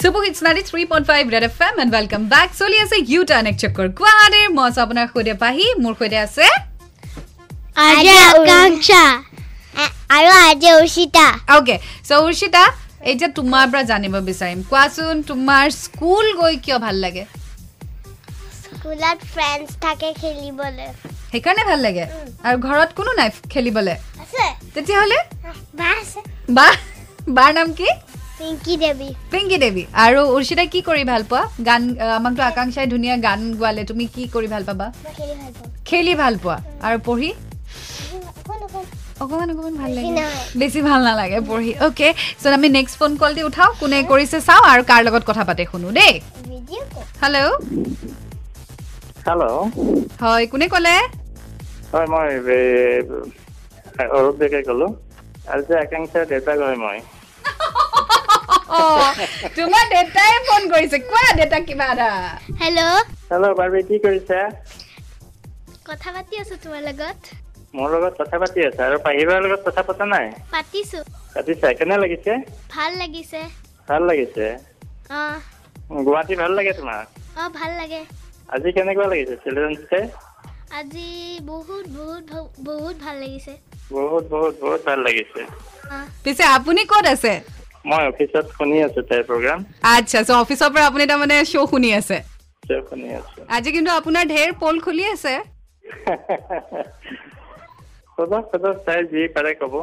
চুপুক it's ninety three point five red F M and welcome back চলি আছে U টাৰ্ণ এক চক্কৰ গুৱাহাটীৰ মই আছোঁ আপোনাৰ সৈতে পাহি মোৰ সৈতে আছে આજે আকাংক্ষা আৰু আজি উচিতা অ'কে চ' উৰ্ষিতা এতিয়া তোমাৰ পৰা জানিব বিচাৰিম কোৱাচোন তোমাৰ স্কুল গৈ কিয় ভাল লাগে স্কুলত ফ্ৰেণ্ডছ থাকে খেলিবলৈ সেইকাৰণে ভাল লাগে আৰু ঘৰত কোনো নাই খেলিবলৈ আছে তেতিয়াহ'লে বাছ বা বাৰ নাম কি পিংকি দেৱী পিংকি দেৱী আৰু উৰ্ষিতা কি কৰি ভাল পোৱা গান আহ, আমাকতো আকাংক্ষাই ধুনীয়া গান গোৱালে তুমি কি কৰি ভাল পাবা মই খেলি ভাল পাওঁ খেলি ভাল পোৱা আৰু পঢ়ি অকণমান অকণমান ভাল লাগে বেছি নহয়। বেছি ভাল নালাগে পঢ়ি অ'কে চ' আমি নেক্সট ফোন কল দি উঠাওঁ কোনে কৰিছে চাওঁ আৰু কাৰ লগত কথা পাতে শুনো দেই হেল্ল' হেল্ল' হয় কোনে ক'লে হয় মই এ- অৰূপ ডেকাই ক'লোঁ আজি আকাংক্ষাৰ দেউতাক হয় মই অঁ, তোমাৰ দেউতাই ফোন কৰিছে কোৱা দেউতাক কিবা এটা হেল্ল' হেল্ল' বাৰ্বি কি কৰিছা কথা পাতি আছো তোমাৰ লগত মোৰ লগত কথা পাতি আছা আৰু পাহিবাৰ লগত কথা পতা নাই পাতিছো পাতিছা কেনে লাগিছে ভাল লাগিছে ভাল লাগিছে অঁ গুৱাহাটী ভাল লাগে তোমাৰ অঁ ভাল লাগে আজি কেনেকুৱা লাগিছে চিলড্ৰেনছ ডে আজি বহুত বহুত ভ- বহুত ভাল লাগিছে বহুত বহুত বহুত ভাল লাগিছে অঁ পিছে আপুনি ক'ত আছে মই অফিচত শুনি আছো তাইৰ প্ৰগ্ৰাম আচ্ছা চ' অফিচৰ পৰা আপুনি তাৰমানে শ্ব' শুনি আছে শুনি আছো আজি কিন্তু আপোনাৰ ঢেৰ পল খুলি আছে সোধক সোধক তাই যি পাৰে ক'ব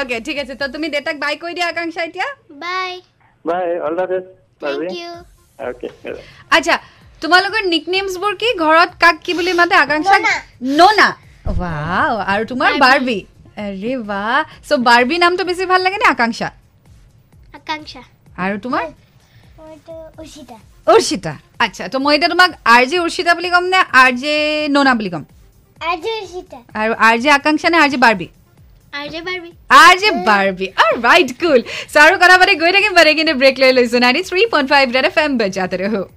অ'কে ঠিক আছে ত' তুমি দেউতাক বাই কৈ দিয়া আকাংক্ষা এতিয়া bye bye all the best thank you okay আচ্ছা তোমালোকৰ নিকনেমছবোৰ কি ঘৰত কাক কি বুলি মাতে আকাংক্ষা নোনা ৱাও আৰু তোমাৰ বাৰ্বি আৰে বাহ চ' বাৰ্বি নামটো বেছি ভাল লাগে নে আকাংক্ষা আকাংক্ষা আৰু তোমাৰ মইতো উচিতা অৰ্ষিতা আচ্ছা ত' মই এতিয়া তোমাক আৰ জে অৰ্ষিতা বুলি ক'ম নে আৰ জে নোনা বুলি ক'ম আজি উচিতা আৰু আৰ জে আকাংক্ষা নে আৰ জে বাৰ্বি আৰু যে বাৰ্বি আৰ জে বাৰ্বি আৰু ৰাইট কুল চাৰো কথা পাতি গৈ থাকিম পাৰে কিন্তু ব্ৰেক লৈ লৈছোঁ ninety three point five red F M বেজাতে ৰহো